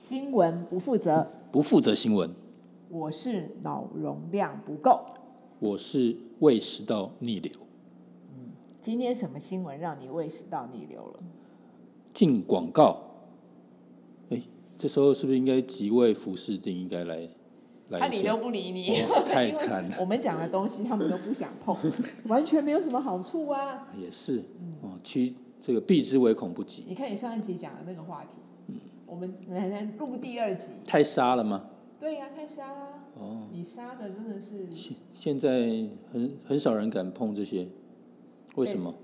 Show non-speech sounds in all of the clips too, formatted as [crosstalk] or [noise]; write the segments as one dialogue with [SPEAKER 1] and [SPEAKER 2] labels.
[SPEAKER 1] 新闻不负责，
[SPEAKER 2] 不负责新闻。
[SPEAKER 1] 我是脑容量不够。
[SPEAKER 2] 我是胃食道逆流。
[SPEAKER 1] 今天什么新闻让你胃食道逆流了？
[SPEAKER 2] 进广告，哎，这时候是不是应该即位服饰定应该来来
[SPEAKER 1] 看
[SPEAKER 2] 一
[SPEAKER 1] 你都
[SPEAKER 2] 下？
[SPEAKER 1] 不理你，
[SPEAKER 2] 哦太
[SPEAKER 1] 因为
[SPEAKER 2] 惨了
[SPEAKER 1] 我们讲的东西他们都不想
[SPEAKER 2] [laughs]
[SPEAKER 1] 碰，完全没有什么好处啊！
[SPEAKER 2] 也是哦，其这个避之唯恐不及，
[SPEAKER 1] 你看你上一集讲的那个话题，
[SPEAKER 2] 嗯
[SPEAKER 1] 我们奶奶录第二集，
[SPEAKER 2] 太杀了吗？
[SPEAKER 1] 对呀、太杀啦！
[SPEAKER 2] 哦，
[SPEAKER 1] 你杀的真的是，
[SPEAKER 2] 现现在很很少人敢碰这些，为什么？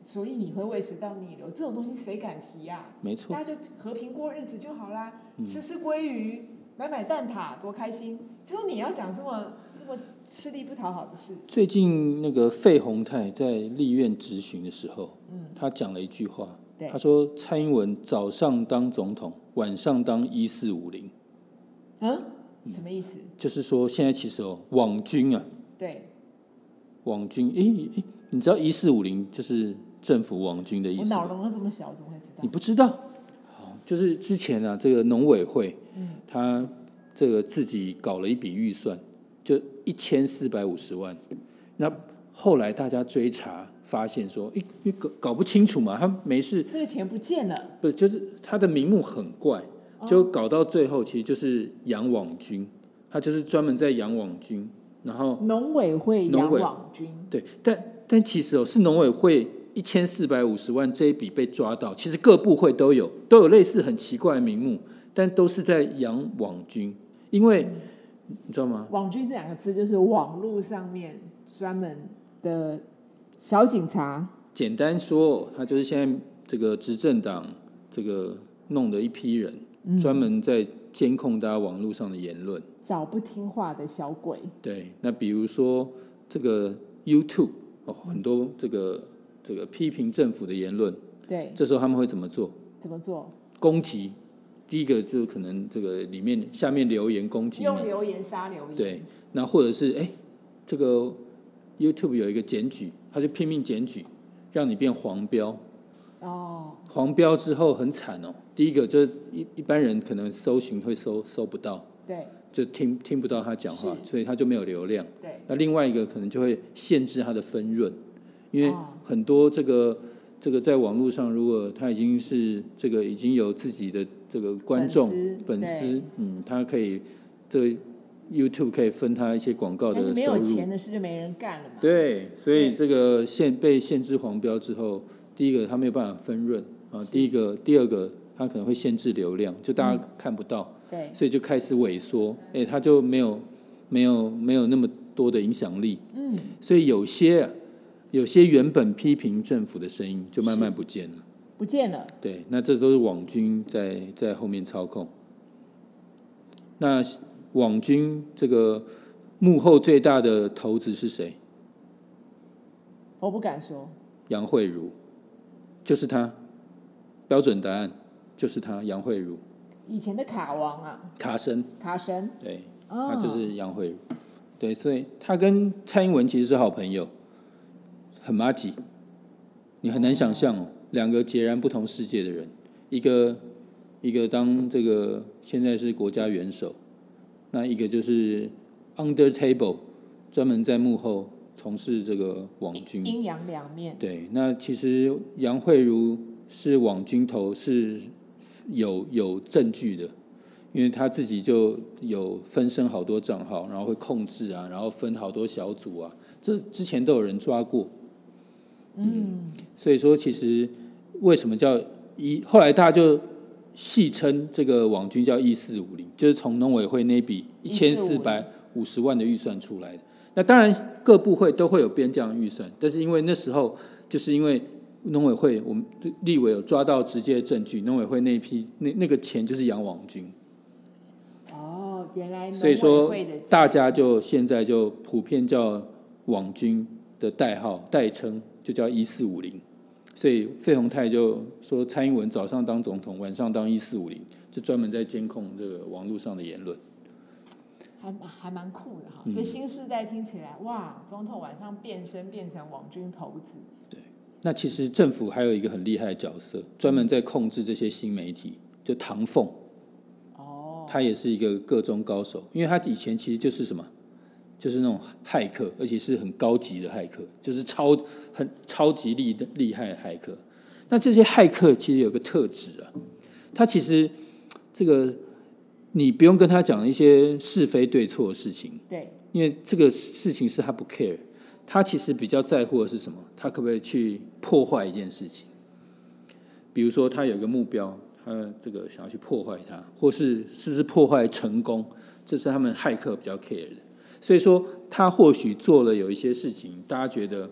[SPEAKER 1] 所以你会胃食道逆流，这种东西谁敢提啊呀、
[SPEAKER 2] 没
[SPEAKER 1] 大
[SPEAKER 2] 错，嗯
[SPEAKER 1] 家就和平过日子就好啦，吃吃鲑鱼，买买蛋挞，多开心！只有你要讲这么这么吃力不讨好的事，
[SPEAKER 2] 最近那个费鸿泰在立院质询的时候，
[SPEAKER 1] 嗯，
[SPEAKER 2] 他讲了一句话，
[SPEAKER 1] 对
[SPEAKER 2] 他说蔡英文早上当总统，晚上当一四五零，
[SPEAKER 1] 嗯，什么意思？
[SPEAKER 2] 就是说现在其实哦，网军啊，
[SPEAKER 1] 对
[SPEAKER 2] 网军，诶、诶你知道一四五零就是政府网军的意
[SPEAKER 1] 我
[SPEAKER 2] 思
[SPEAKER 1] 脑
[SPEAKER 2] 吗？
[SPEAKER 1] 容量这么小，怎么会知道
[SPEAKER 2] 你？不知道？好，就是之前啊，这个农委会
[SPEAKER 1] 嗯，
[SPEAKER 2] 他这个自己搞了一笔预算，就一千四百五十万。那后来大家追查发现说，诶，你搞搞不清楚嘛，他没事，
[SPEAKER 1] 这个钱不见了，
[SPEAKER 2] 不是就是他的名目很怪，
[SPEAKER 1] 哦
[SPEAKER 2] 就搞到最后其实就是养网军，他就是专门在养网军，然后
[SPEAKER 1] 农委会
[SPEAKER 2] 农
[SPEAKER 1] 养
[SPEAKER 2] 委
[SPEAKER 1] 网军，
[SPEAKER 2] 对，但但其实哦，是农委会一千四百五十万这一笔被抓到，其实各部会都有都有类似很奇怪的名目，但都是在养网军，因
[SPEAKER 1] 嗯
[SPEAKER 2] 为你知道吗？
[SPEAKER 1] 网军这两个字就是网络上面专门的小警察，
[SPEAKER 2] 简单说，他就是现在这个执政党这个弄的一批人，
[SPEAKER 1] 嗯
[SPEAKER 2] 专门在监控大家网络上的言论。
[SPEAKER 1] 找不听话的小鬼，
[SPEAKER 2] 对，那比如说这个 YouTube 哦，很多这个这个批评政府的言论，
[SPEAKER 1] 对，
[SPEAKER 2] 这时候他们会怎么做？
[SPEAKER 1] 怎么做？
[SPEAKER 2] 攻击，第一个就可能这个里面下面留言攻击
[SPEAKER 1] 用
[SPEAKER 2] 你，
[SPEAKER 1] 留言杀留言，
[SPEAKER 2] 对，那或者是哎、这个 YouTube 有一个检举，他就拼命检举，让你变黄标，
[SPEAKER 1] 哦，
[SPEAKER 2] 黄标之后很惨哦。第一个就是一一般人可能搜寻会搜搜不到，
[SPEAKER 1] 对
[SPEAKER 2] 就听听不到他讲话，
[SPEAKER 1] 是
[SPEAKER 2] 所以他就没有流量。
[SPEAKER 1] 对，
[SPEAKER 2] 那另外一个可能就会限制它的分润，因为
[SPEAKER 1] 哦
[SPEAKER 2] 很多这个这个在网络上，如果他已经是这个已经有自己的这个观众
[SPEAKER 1] 粉丝
[SPEAKER 2] 粉丝
[SPEAKER 1] 对，
[SPEAKER 2] 嗯，他可以这个 YouTube 可以分他一些广告
[SPEAKER 1] 但是
[SPEAKER 2] 的
[SPEAKER 1] 没
[SPEAKER 2] 收
[SPEAKER 1] 有
[SPEAKER 2] 入
[SPEAKER 1] 钱，的事就没人干了嘛，
[SPEAKER 2] 对，所
[SPEAKER 1] 所
[SPEAKER 2] 以
[SPEAKER 1] 以
[SPEAKER 2] 这个限被限制黄标之后，第一个他没有办法分润啊，
[SPEAKER 1] 是嗯
[SPEAKER 2] 第一个第二个他可能会限制流量，就大家看不到。
[SPEAKER 1] 对，
[SPEAKER 2] 所以就开始萎缩，哎、它就没有没有没有那么多的影响力，
[SPEAKER 1] 嗯，
[SPEAKER 2] 所以有些啊有些原本批评政府的声音就慢慢不见了。
[SPEAKER 1] 不见了，
[SPEAKER 2] 对，那这都是网军在在后面操控。那网军这个幕后最大的头子是谁？
[SPEAKER 1] 我不敢说，
[SPEAKER 2] 杨慧茹，就是他。标准答案就是他，杨慧茹，
[SPEAKER 1] 以前的卡王啊，
[SPEAKER 2] 卡神，
[SPEAKER 1] 卡神，
[SPEAKER 2] 对。
[SPEAKER 1] 啊、
[SPEAKER 2] 他就是杨惠如，对，所以他跟蔡英文其实是好朋友，很妈吉，你很难想象哦，两个截然不同世界的人，一个一个当这个现在是国家元首，那一个就是 under table，专门在幕后从事这个网军，
[SPEAKER 1] 阴阳两面，
[SPEAKER 2] 对，那其实杨慧茹是网军头是有有证据的，因为她自己就有分身好多账号，然后会控制啊，然后分好多小组啊，这之前都有人抓过。
[SPEAKER 1] 嗯，
[SPEAKER 2] 所以说，其实为什么叫一？后来大家就戏称这个网军叫“一四五零”，就是从农委会那笔一千四
[SPEAKER 1] 1450
[SPEAKER 2] 百五十万的预算出来的。那当然，各部会都会有编这样的预算，但是因为那时候就是因为农委会，我们立委有抓到直接的证据，农委会那一批那那个钱就是养网军，
[SPEAKER 1] 哦，原来
[SPEAKER 2] 所以
[SPEAKER 1] 农
[SPEAKER 2] 说
[SPEAKER 1] 委会的
[SPEAKER 2] 大家就现在就普遍叫网军的代号代称就叫一四五零，所以费鸿泰就说蔡英文早上当总统，晚上当一四五零，就专门在监控这个网络上的言论。
[SPEAKER 1] 还蛮还蛮酷的哈，
[SPEAKER 2] 嗯
[SPEAKER 1] 对新世代听起来，哇，总统晚上变身变成网军头子，
[SPEAKER 2] 那其实政府还有一个很厉害的角色，专门在控制这些新媒体，就唐凤。
[SPEAKER 1] 哦
[SPEAKER 2] 他也是一个各中高手，因为他以前其实就是什么，就是那种骇客，而且是很高级的骇客，就是超很超级厉的厉害的骇客。那这些骇客其实有个特质啊，他其实这个你不用跟他讲一些是非对错的事情，
[SPEAKER 1] 对，
[SPEAKER 2] 因为这个事情是他不 care，他其实比较在乎的是什么？他可不可以去破坏一件事情？比如说，他有一个目标，他这个想要去破坏它，或是是不是破坏成功？这是他们骇客比较 care 的。所以说，他或许做了有一些事情，大家觉得，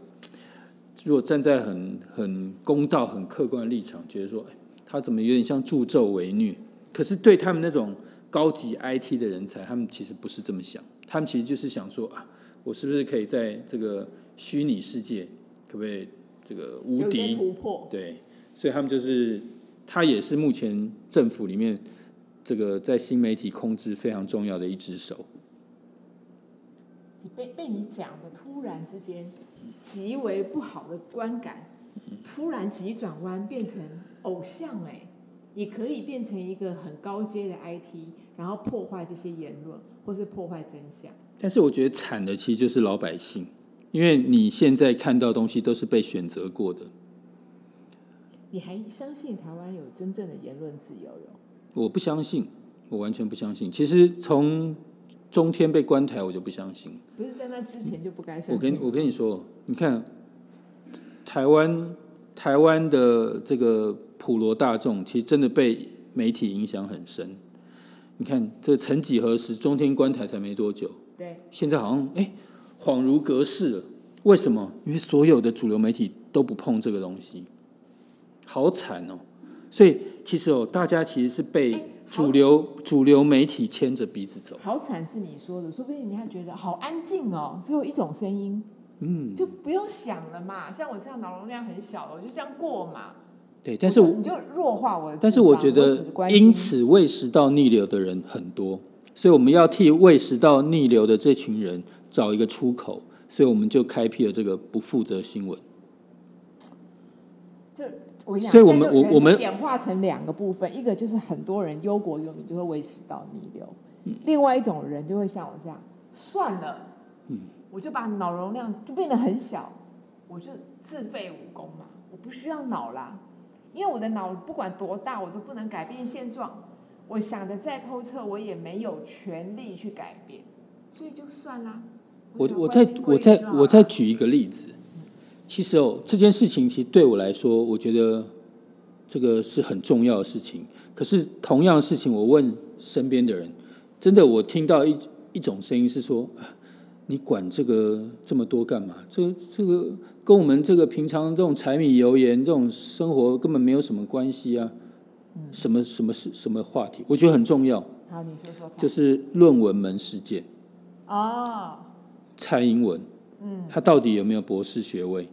[SPEAKER 2] 如果站在很很公道、很客观的立场，觉得说，哎，他怎么有点像助纣为虐？可是对他们那种高级 IT 的人才，他们其实不是这么想，他们其实就是想说啊，我是不是可以在这个虚拟世界，可不可以这个无
[SPEAKER 1] 有一些
[SPEAKER 2] 敌？
[SPEAKER 1] 突破，
[SPEAKER 2] 对，所以他们就是，他也是目前政府里面这个在新媒体控制非常重要的一只手。
[SPEAKER 1] 你被被你讲的突然之间极为不好的观感，突然急转弯变成偶像哎、也可以变成一个很高阶的 IT，然后破坏这些言论或是破坏真相。
[SPEAKER 2] 但是我觉得惨的其实就是老百姓，因为你现在看到的东西都是被选择过的。
[SPEAKER 1] 你还相信台湾有真正的言论自由哟？
[SPEAKER 2] 我不相信，我完全不相信。其实从中天被关台，我就不相信。
[SPEAKER 1] 不是在那之前就不该相
[SPEAKER 2] 我
[SPEAKER 1] 信
[SPEAKER 2] 跟我跟你说，你看台湾台湾的这个普罗大众，其实真的被媒体影响很深。你看，这曾几何时，中天观台才没多久，
[SPEAKER 1] 对，
[SPEAKER 2] 现在好像哎，恍如隔世了。为什么？因为所有的主流媒体都不碰这个东西，好惨哦。所以其实哦，大家其实是
[SPEAKER 1] 哎
[SPEAKER 2] 被
[SPEAKER 1] 好
[SPEAKER 2] 主流主流媒体牵着鼻子走。
[SPEAKER 1] 好惨是你说的，说不定人家觉得好安静哦，只有一种声音，
[SPEAKER 2] 嗯，
[SPEAKER 1] 就不用想了嘛。像我这样脑容量很小的，我就这样过嘛。
[SPEAKER 2] 对，但是我
[SPEAKER 1] 你就弱化我的智商，
[SPEAKER 2] 但是我觉
[SPEAKER 1] 只
[SPEAKER 2] 得
[SPEAKER 1] 关，心
[SPEAKER 2] 因此胃食道逆流的人很多，所以我们要替胃食道逆流的这群人找一个出口，所以我们就开辟了这个不负责新闻。
[SPEAKER 1] 就我跟你讲，
[SPEAKER 2] 所以我们
[SPEAKER 1] 现在就
[SPEAKER 2] 我我们
[SPEAKER 1] 人就演化成两个部分，一个就是很多人忧国忧民就会维持到逆流，
[SPEAKER 2] 嗯
[SPEAKER 1] 另外一种人就会像我这样，算了，
[SPEAKER 2] 嗯
[SPEAKER 1] 我就把脑容量就变得很小，我就自废武功嘛，我不需要脑啦，因为我的脑不管多大，我都不能改变现状，我想的再透彻，我也没有权利去改变，所以就算啦。
[SPEAKER 2] 我
[SPEAKER 1] 只
[SPEAKER 2] 我
[SPEAKER 1] 关
[SPEAKER 2] 再
[SPEAKER 1] 心
[SPEAKER 2] 我
[SPEAKER 1] 规律
[SPEAKER 2] 再
[SPEAKER 1] 就好
[SPEAKER 2] 我再
[SPEAKER 1] 啦
[SPEAKER 2] 举一个例子，其实哦，这件事情其实对我来说，我觉得这个是很重要的事情。可是同样的事情，我问身边的人，真的我听到一一种声音是说，啊你管这个这么多干嘛？这这个跟我们这个平常这种柴米油盐这种生活根本没有什么关系啊。
[SPEAKER 1] 嗯
[SPEAKER 2] 什么什么事什么话题，我觉得很重要，
[SPEAKER 1] 好，你说说看。
[SPEAKER 2] 就是论文门事件。
[SPEAKER 1] 哦，
[SPEAKER 2] 蔡英文，嗯，他到底有没有博士学位？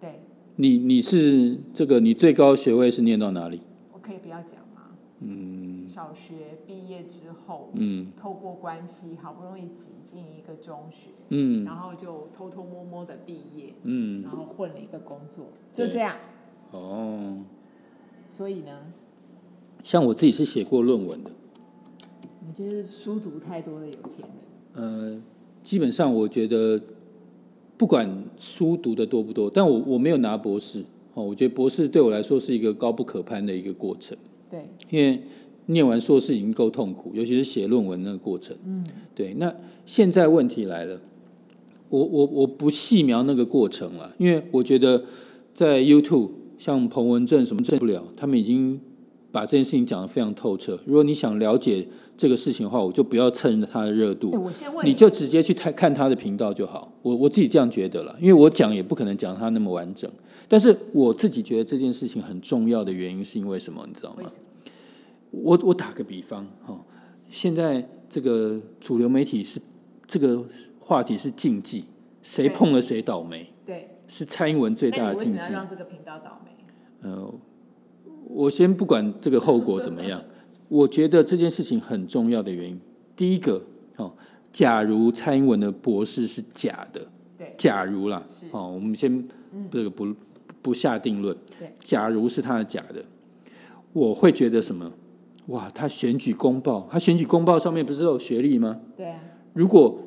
[SPEAKER 1] 对，
[SPEAKER 2] 你你是这个你最高学位是念到哪里？
[SPEAKER 1] 我可以不要讲吗？嗯，小学毕业之后，
[SPEAKER 2] 嗯
[SPEAKER 1] 透过关系好不容易挤进一个中学，
[SPEAKER 2] 嗯
[SPEAKER 1] 然后就偷偷摸摸的毕业，
[SPEAKER 2] 嗯，
[SPEAKER 1] 然后混了一个工作，就
[SPEAKER 2] 对
[SPEAKER 1] 这样。
[SPEAKER 2] 哦，
[SPEAKER 1] 所以呢，
[SPEAKER 2] 像我自己是写过论文的，
[SPEAKER 1] 你就是书读太多的有钱人，
[SPEAKER 2] 呃，基本上我觉得不管书读的多不多，但我我没有拿博士哦，我觉得博士对我来说是一个高不可攀的一个过程。
[SPEAKER 1] 对，
[SPEAKER 2] 因为念完硕士已经够痛苦，尤其是写论文那个过程。嗯，对。那现在问题来了，我我我不细描那个过程了，因为我觉得在 YouTube 像彭文正什么正不了，他们已经把这件事情讲得非常透彻。如果你想了解这个事情的话，我就不要蹭他的热度
[SPEAKER 1] 哎，。我先问
[SPEAKER 2] 你就直接去看看他的频道就好。我我自己这样觉得了，因为我讲也不可能讲他那么完整。但是我自己觉得这件事情很重要的原因是因为什么？你知道吗
[SPEAKER 1] 为？什么？
[SPEAKER 2] 我我打个比方哈、哦，现在这个主流媒体是这个话题是禁忌，谁
[SPEAKER 1] 对
[SPEAKER 2] 碰了谁倒霉，
[SPEAKER 1] 对，
[SPEAKER 2] 是蔡英文最大
[SPEAKER 1] 那你为什
[SPEAKER 2] 的禁
[SPEAKER 1] 么要
[SPEAKER 2] 忌。
[SPEAKER 1] 让这个频道倒霉？
[SPEAKER 2] 呃，我先不管这个后果怎么样，我觉得这件事情很重要的原因，第一个哦，假如蔡英文的博士是假的，
[SPEAKER 1] 对，
[SPEAKER 2] 假如啦
[SPEAKER 1] 是，嗯
[SPEAKER 2] 哦，我们先这个不不下定论
[SPEAKER 1] 对。
[SPEAKER 2] 假如是他的假的，我会觉得什么？哇，他选举公报，他选举公报上面不是都有学历吗？
[SPEAKER 1] 对啊，
[SPEAKER 2] 如果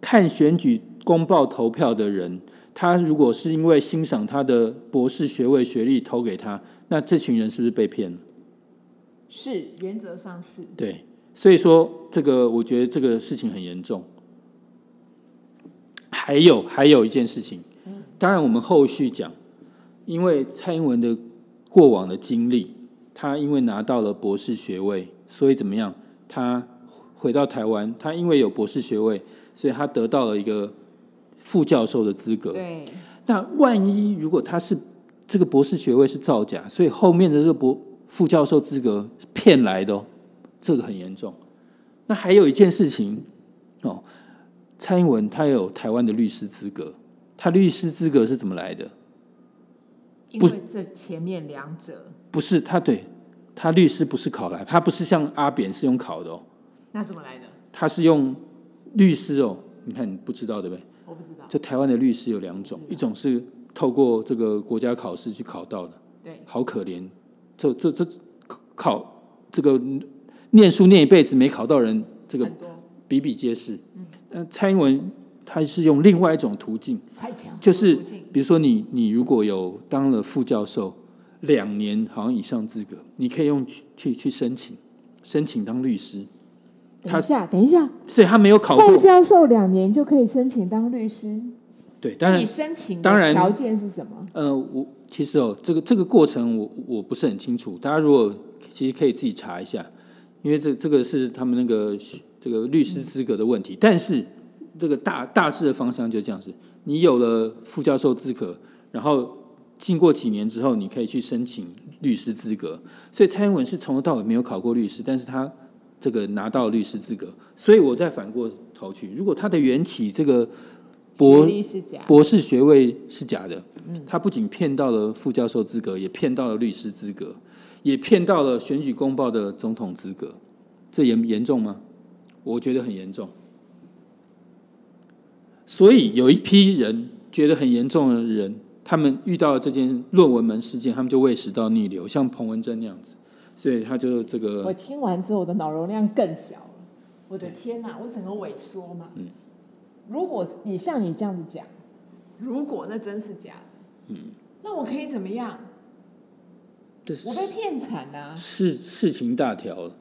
[SPEAKER 2] 看选举公报投票的人，他如果是因为欣赏他的博士学位学历投给他，那这群人是不是被骗了？
[SPEAKER 1] 是原则上是。
[SPEAKER 2] 对，所以说这个我觉得这个事情很严重。还有还有一件事情，当然我们后续讲，因为蔡英文的过往的经历，他因为拿到了博士学位，所以怎么样？他回到台湾，他因为有博士学位，所以他得到了一个副教授的资格。
[SPEAKER 1] 对，
[SPEAKER 2] 那万一如果他是这个博士学位是造假，所以后面的这个博副教授资格是骗来的、哦，这个很严重。那还有一件事情哦，蔡英文他有台湾的律师资格，他律师资格是怎么来的？
[SPEAKER 1] 因
[SPEAKER 2] 不
[SPEAKER 1] 为这前面两者，
[SPEAKER 2] 不是他对他律师不是考来，他不是像阿扁是用考的哦，
[SPEAKER 1] 那怎么来的？
[SPEAKER 2] 他是用律师哦。你看你不知道对不对？
[SPEAKER 1] 我不知道。
[SPEAKER 2] 就台湾的律师有两种，一种是透过这个国家考试去考到的。
[SPEAKER 1] 对，
[SPEAKER 2] 好可怜，这这这考这个念书念一辈子没考到人，这个
[SPEAKER 1] 很多
[SPEAKER 2] 比比皆是。嗯，蔡英文他是用另外一种途径，
[SPEAKER 1] 太强，
[SPEAKER 2] 就是
[SPEAKER 1] 不进
[SPEAKER 2] 比如说你你如果有当了副教授两年好像以上资格，你可以用去去去申请申请当律师，
[SPEAKER 1] 等
[SPEAKER 2] 他
[SPEAKER 1] 一下，等一下，
[SPEAKER 2] 所以他没有考
[SPEAKER 1] 副
[SPEAKER 2] 过。
[SPEAKER 1] 教授两年就可以申请当律师。
[SPEAKER 2] 对，当然
[SPEAKER 1] 你申请
[SPEAKER 2] 当然
[SPEAKER 1] 的条件是什么？
[SPEAKER 2] 呃，我其实哦，这个这个过程我我不是很清楚，大家如果其实可以自己查一下，因为这这个是他们那个这个律师资格的问题。但是这个大大致的方向就这样子，你有了副教授资格，然后经过几年之后，你可以去申请律师资格。所以蔡英文是从头到尾没有考过律师，但是他这个拿到律师资格。所以我再反过头去，如果他的缘起这个
[SPEAKER 1] 学
[SPEAKER 2] 博
[SPEAKER 1] 历是假，
[SPEAKER 2] 博士学位是假的，他不仅骗到了副教授资格，也骗到了律师资格，也骗到了选举公报的总统资格，这严严重吗？我觉得很严重。所以有一批人觉得很严重的人，他们遇到了这件论文门事件，他们就胃食道逆流，像彭文珍那样子，所以他就这
[SPEAKER 1] 我
[SPEAKER 2] 个
[SPEAKER 1] 听完之后，我的脑容量更小了。我的天哪、我整个萎缩嘛。
[SPEAKER 2] 嗯
[SPEAKER 1] 如果你像你这样子讲，如果那真是假的，
[SPEAKER 2] 嗯
[SPEAKER 1] 那我可以怎么样？
[SPEAKER 2] 这
[SPEAKER 1] 我被骗惨啊！
[SPEAKER 2] 事事情大条了。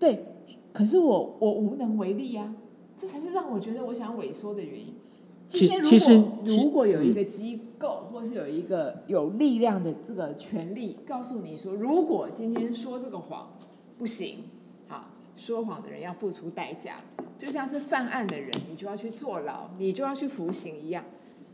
[SPEAKER 1] 对，可是我我无能为力啊，这才是让我觉得我想萎缩的原因。
[SPEAKER 2] 其
[SPEAKER 1] 今天如
[SPEAKER 2] 其实
[SPEAKER 1] 果
[SPEAKER 2] 其嗯
[SPEAKER 1] 如果有一个机构，或是有一个有力量的这个权利，告诉你说，如果今天说这个谎不行，好，说谎的人要付出代价，就像是犯案的人，你就要去坐牢，你就要去服刑一样。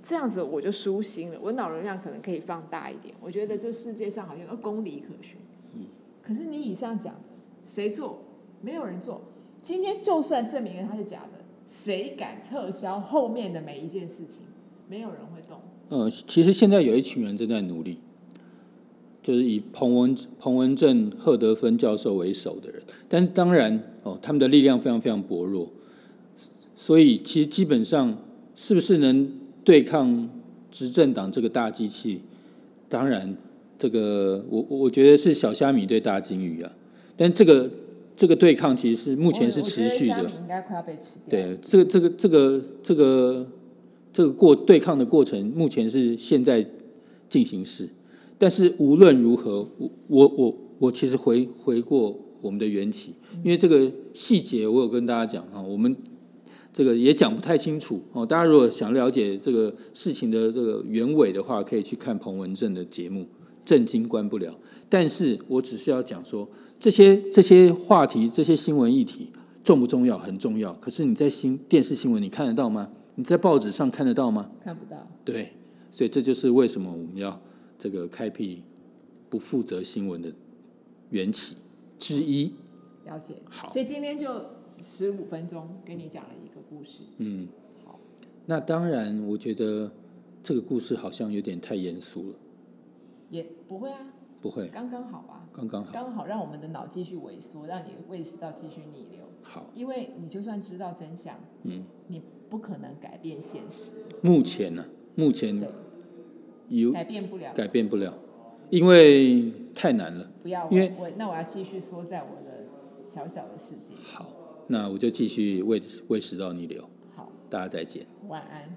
[SPEAKER 1] 这样子我就舒心了，我脑容量可能可以放大一点。我觉得这世界上好像有公理可循。
[SPEAKER 2] 嗯
[SPEAKER 1] 可是你以上讲的，谁做？没有人做。今天就算证明了它是假的，谁敢撤销后面的每一件事情？没有人会动。
[SPEAKER 2] 呃，其实现在有一群人正在努力，就是以彭文彭文正、赫德芬教授为首的人，但当然哦，他们的力量非常非常薄弱，所以其实基本上是不是能对抗执政党这个大机器，当然这个我我我觉得是小虾米对大金鱼啊，但这个这个对抗其实是目前是持续
[SPEAKER 1] 我我觉得
[SPEAKER 2] 的
[SPEAKER 1] 虾，米应该快要被吃掉。，
[SPEAKER 2] 对，这个这个这个这个这个过对抗的过程，目前是现在进行式。但是无论如何，我我我我其实回回过我们的缘起，因为这个细节我有跟大家讲啊，我们这个也讲不太清楚哦。大家如果想了解这个事情的这个原委的话，可以去看彭文正的节目《震惊关不了》。但是我只是要讲说，这些这些话题、这些新闻议题重不重要？很重要。可是你在新电视新闻你看得到吗？你在报纸上看得到吗？
[SPEAKER 1] 看不到。
[SPEAKER 2] 对，所以这就是为什么我们要这个开辟不负责新闻的缘起之一。
[SPEAKER 1] 了解。
[SPEAKER 2] 好
[SPEAKER 1] 所以今天就十五分钟给你讲了一个故事。
[SPEAKER 2] 嗯，
[SPEAKER 1] 好，
[SPEAKER 2] 那当然，我觉得这个故事好像有点太严肃了，
[SPEAKER 1] 也不会啊，
[SPEAKER 2] 不会，
[SPEAKER 1] 刚刚好啊，
[SPEAKER 2] 刚刚好。
[SPEAKER 1] 刚好让我们的脑继续萎缩，让你胃食道继续逆流。
[SPEAKER 2] 好，
[SPEAKER 1] 因为你就算知道真相，
[SPEAKER 2] 嗯，
[SPEAKER 1] 你不可能改变现实，
[SPEAKER 2] 目前呢、目前
[SPEAKER 1] 对，
[SPEAKER 2] 有嗯
[SPEAKER 1] 改变不了。
[SPEAKER 2] 改变不了，因为太难了。
[SPEAKER 1] 不要，我
[SPEAKER 2] 因为
[SPEAKER 1] 我那我要继续缩在我的小小的世界。
[SPEAKER 2] 好，那我就继续喂喂食到你流，
[SPEAKER 1] 好，
[SPEAKER 2] 大家再见。
[SPEAKER 1] 晚安。